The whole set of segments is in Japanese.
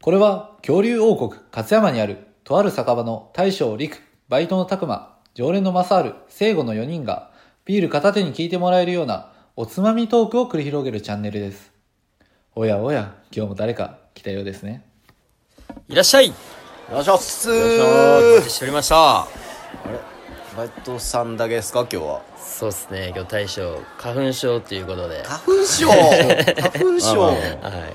これは恐竜王国勝山にあるとある酒場の大将陸、バイトの拓馬、常連の正治、聖護の4人がビール片手に聞いてもらえるようなおつまみトークを繰り広げるチャンネルです。おやおや、今日も誰か来たようですね。いらっしゃいよろしくお願いしますお待ちしておりましたバイトさんだけですか今日はそうっすね今日大将花粉症ということでは花粉症 花粉症い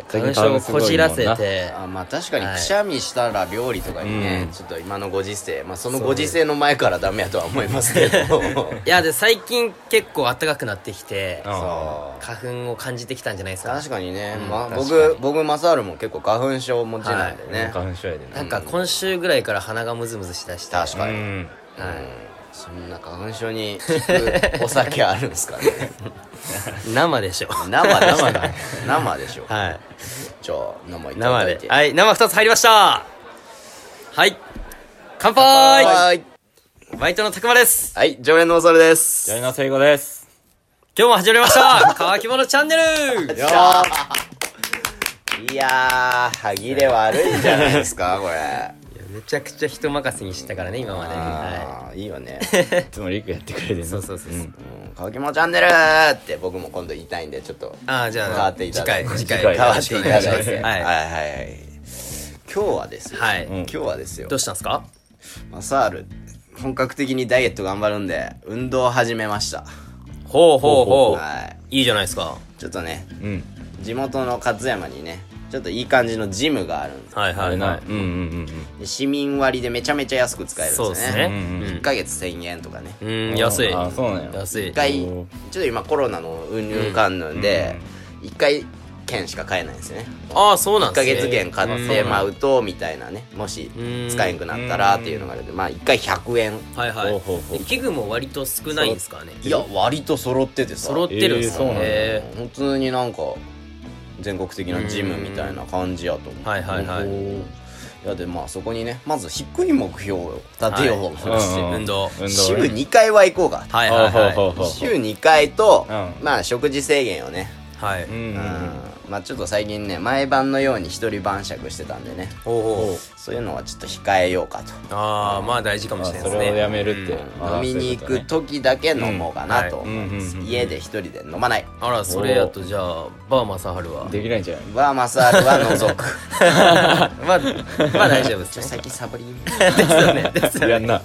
花粉症をこじらせてあまあ確かにはいくしゃみしたら料理とかにね、ちょっと今のご時世まあそのご時世の前からダメやとは思いますけどいやで最近結構暖かくなってきてそう花粉を感じてきたんじゃないですか確かにね、うんまあ、確か僕に僕マサールも結構花粉症持ちなんでね、花粉症やでななんか今週ぐらいから鼻がムズムズしだして確かうに、んはいそんな花粉症に効くお酒あるんですかね生でしょ生でしょ生でしょ はいじゃあ生いた生だいでてはい生2つ入りましたはい乾は杯いバイトのたくまですはい常連のおそれですジャイナ聖子です今日も始まりました乾き物チャンネルよいやー、歯切れ悪いんじゃないですか、これ。めちゃくちゃ人任せにしてたからね今まではあーいいよね。いつもリクやってくれてるいそうそうそうそううん、かわきもチャンネルーって僕も今度言いたいんで、ちょっとああじ変ゃわあってい次ただい回て。次次回 回変わっていただいて。は はいいはいはい。今日はですよ。はい今日はですよどう。したんですかマサール、本格的にダイエット頑張るんで、運動を始めました。ほうほうほはういいじゃないですかい。ちょっとね、うん地元の勝山にね、ちょっといい感じのジムがあるんですはいあはれいはないうんうんうんで市民割でめちゃめちゃ安く使えるんですそうよですね。ね1ヶ月1000円とかね。ううんん安いあそうなんや安い一回ちおょーっと今コロナのうんぬんかんぬんで一回券しか買えないんですよねああそうなん1でヶすね月券買ってうんまあ打とうみたいなねもしうん使えんくなったらっていうのがあるんでまあ1回100円はいはほうほうほいで器具も割と少ないんですからねいや割と揃っててさ揃ってるんですえーそうなんだね普通になんか全国的なジムみたいな感じやと思うはいはいはいいやでまあそこにねまず低い目標を立てようと思って、はいうん運動運動ね週2回は行こうかはいはいほうほうはほうほう週2回と、うんまあ食事制限をねいはいううんうんうんうんまあちょっと最近ね毎晩のように一人晩酌してたんでねほうほそういうのはちょっと控えようかとうああまあ大事かもしれないですあそれをやねめるってあ飲ーみに行そくういうこと時だけ飲もうかなとうんはいうんうんうん家で一人で飲まないあらそれやとじゃあバーマサハルはねできないんじゃないはマサールは除 く まあまあ大丈夫ですちょね 最近サボりですよね やんな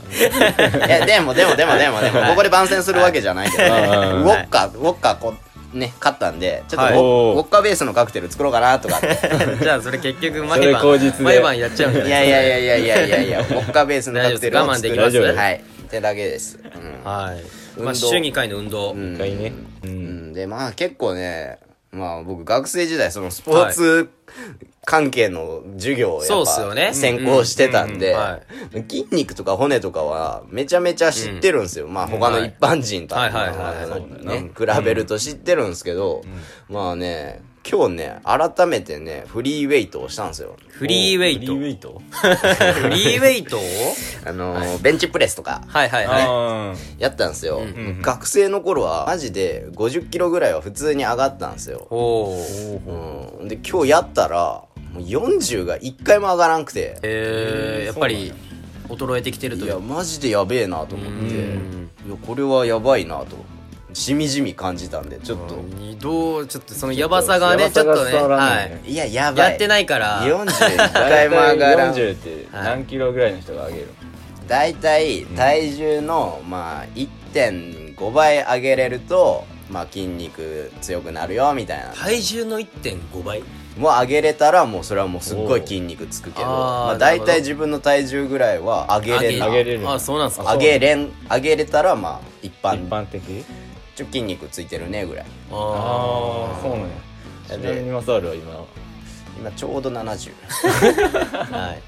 えでもでもでもでもでもここで番宣するわけじゃないけどねはいウォッカウォッカこね買ったんでちょっとウォはいウォッカベースのカクテル作ろうかなとかって じゃあそれ結局そ毎れ口晩実で毎晩やっちゃうんいじゃなやいいですかやいやいやいやいやいやウォッカベースのカクテルを作る大丈夫です我慢できますはいってだけですうんはい。まあ、運動週2回の運動。うん一回ねううんん、でまあ結構ねまあ僕学生時代そのスポーツ関係の授業をそやうっすよっねぱ専攻してたんでうんうんうんは筋肉とか骨とかはめちゃめちゃ知ってるんですよ、まあ他の一般人とははいはいはいはいね比べると知ってるんですけど、まあね今日ね改めてねフリーウェイトをしたんですよフリーウェイト。フリーウェフイトリーウェ イトをあのーベンチプレスとかはいはいはい。あやったんですよ、学生の頃はマジで50キロぐらいは普通に上がったんですよおー。うん、で今日やったらもう40が1回も上がらんくてえー、やっぱり、衰えてきてるといいやう。マジでやべえなと思っていやこれはやばいなとしみじみ感じたんでちょっと移動、ちょっとそのやばさがね、ちちょょっっととね、やばさが伝わらはんねい。いややばいやってないから、 41あ回も上がらん40って何キロぐらいの人が上げる大体体重のまあ1.5倍上げれるとまあ筋肉強くなるよみたいな体重の1.5倍。もう上げれたらもうそれはもうすっごい筋肉つくけどおーあーまあなる大ほど体自分の体重ぐらいは上げれる上げれるあ、そうなんですか。上げれん上げれたらまあ一一般般的ちょ筋肉ついてるねぐらいあああそうなんやちなみにマサールは今今ちょうど70、ー。はい。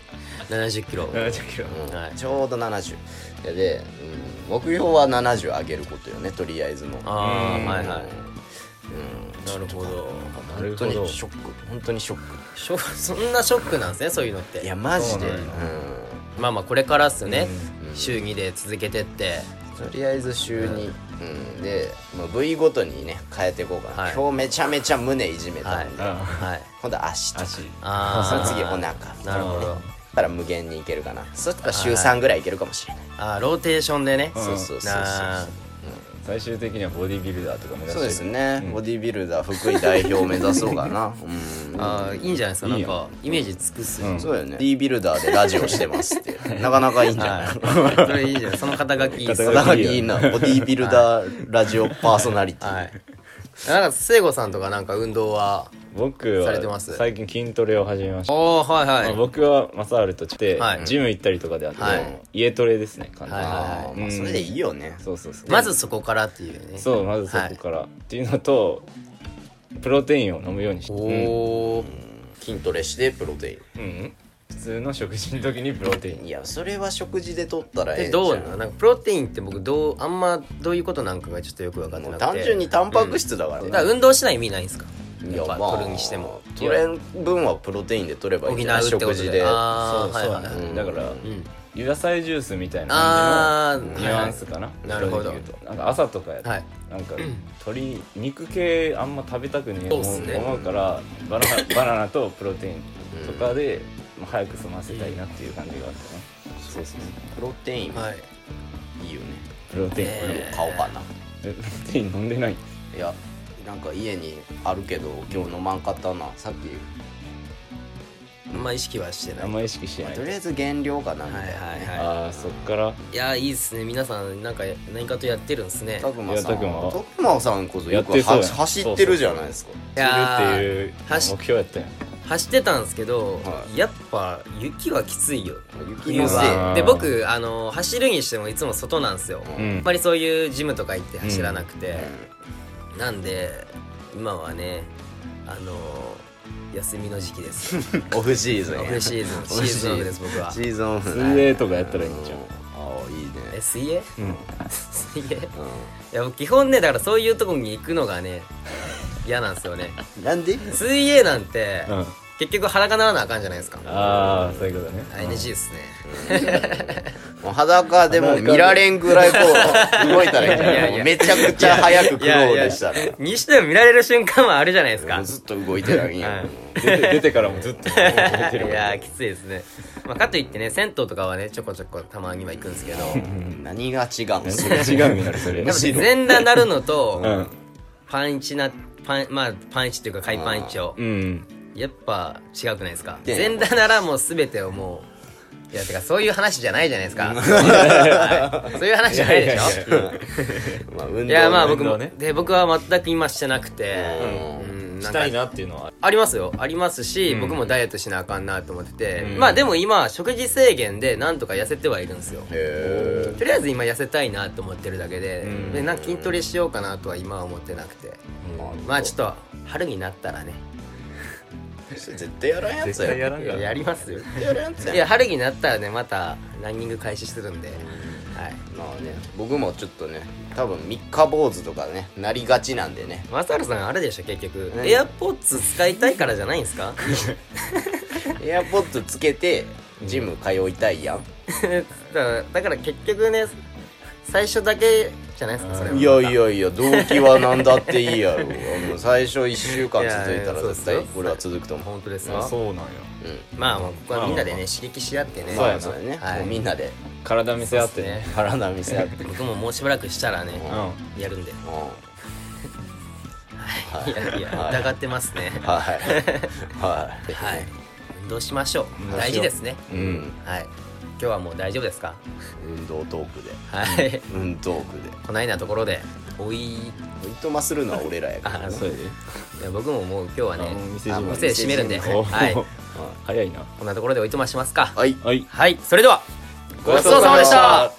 70キロ。 70キロうんはいちょうど70いやで、うん、目標は70上げることよねとりあえずのあー、はいはい。うんなるほど。な本るほ当どにショック本当にショッショそんなショックなんですね、そういうのって。クいやマジでそううなんんやまあまあこれからっすよね、うん週2で続けてってとりあえず週に、うんうん、で、まあ、部位ごとにね変えていこうかな、はい今日めちゃめちゃ胸いじめたんで、うんはい。今度足と足あそーの 次お腹なるほど。だから無限にいけるかなそしたら週はい3ぐらいいけるかもしれない、あーローテーションでね。うんそうそうそうなそあう最終的にはボディビルダーとか目指してそうですね、うんボディビルダー福井代表を目指そう かなうんあーいいんじゃないですか。ないんいよかイメージ尽くす。うんそうだよね。D ビルダーでラジオしてま すって。なかなかいいんじゃないはい。 それいいじゃない。その肩書きいいっす。肩な書かなかきいいな。ボディビルダーラジオパーソナリティ。はい。なんか聖子さんとかなんか運動は。僕されてまはす最近筋トレを始めましたおおはいはまいあ。僕はマサールとしてはいジム行ったりとかであって、はい家トレですね完全に、はいああ、まあそれでいいよね。そうそうそうまずそこからっていうね。そうまずそこから、っていうのとプロテインを飲むようにして、おうんおー。筋トレしてプロテうん普通の食事の時にプロテイインン。いや、それは食事で取ったらでええんじゃんどうなのなんかプロテインって僕どうあんまどういうことなんかがちょっとよく分かってもなくうて単純にタンパク質だからだね。から運動しない意味ないんですかいやっぱ取るにしても取れん分はプロテインで取ればいいんじゃない補うってこと食で事で。あーそうそうはいはいはいうんだから、うん野菜ジュースみたいなあ感ーじのニュアンスかな、なるほど正直言うとなんか朝とかやと、はいなんか鶏肉系あんま食べたくねえそうっすね思うからバナナバナナとプロテインとかで、まあ早く済ませたいなっていう感じがあったね、そうですねプロテイン、はいい、いよね。プロテイン、買おうかな。えプロテイン飲んでないいや、なんか家にあるけど、今日飲まんかったな。さっき、あんま意識はしてなあいんま意識してないとりあえず減量かなみたいなね。はいはいはああそっからいいやいいっすね皆さんなんか何かとやってるんですねたくまいやさんたくまはたくまさんこそよくやってそうはやん走ってるじゃないですかい知るっやてーいう目走っ標やったやん走ってたんですけど、はいやっぱ雪はきついよ雪のせい冬はうんで僕あの走るにしてもいつも外なんですよ、うあんんまりそういうジムとか行って走らなくて、なんで今はねあの休みの時期です オフシーズンオフシー ズンシーズンオフです僕はシーズンオフ水泳とかやったらいいんじゃんああいいねえ水泳うん水泳いうんや僕基本ねだからそういうとこに行くのがね嫌なんですよねなんで水泳なんて、うん結局裸ならなあかんじゃないですかああそういうことねあ NG ですね、もう裸でも見られんぐらいこう動いたらいいんじゃないいやいやめちゃくちゃ早くクロールしたらにしても見られる瞬間もあるじゃないですかもうずっと動いてないんやうん出て出てからもずっと出てる いかやらーきついですね、まあ、かといってね銭湯とかはねちょこちょこたまには行くんですけど何が違うんすか違うになるそれやっぱ全裸なるの と、うんパンイチなパンまあパンイチっていうか海パンイチをうんやっぱ違くないですかで全裸ならもう全てをもういやてかそういう話じゃないじゃないですか、 はいそういう話じゃないでしょいやいやいやまあ運動いやまあ僕運も、動ねで僕は全く今してなくてうんうんしんかたいなっていうのはありますよありますし、うん僕もダイエットしなあかんなと思ってて、うんまあでも今食事制限でなんとか痩せてはいるんですよへとりあえず今痩せたいなと思ってるだけで,、うんでなんか筋トレしようかなとは今は思ってなくてえまあちょっと春になったらね絶対やらんやつ絶や対絶やらんいかやらやり ますよ対やらんやつやいや春になったらねまたランニング開始するんで、はいまあね僕もちょっとね多分三日坊主とかねなりがちなんでねマサルさんあれでしょ結局、何エアポッツ使いたいからじゃないんですか エアポッドつけてジム通いたいやんだからだから結局ね最初だけじゃないですかそれはいやいやいや動機は何だっていいやろもう最初1週間続いたいやいやらそうっ絶すよ対これは続くと思う本当ですあかそうなんやうんまあまあここはみんなでね刺激し合ってねそうやなそうだね、はいもうみんなで体見せ合ってね体見せ合って僕ももうしばらくしたらねううんんやるんではいやいやは い疑ってますねいはいはい運動しましょ運う動しよ大う事ですねうんはい今日はもう大丈夫ですか運動トークではい運動トークでこないなところでおいいおいとまするのは俺らやからあそうやでや僕ももう今日はねあもう店あ閉もめう店閉めるんでお はい早いなこんなところでおいとましますかはいはいはいそれではごちそうさまでした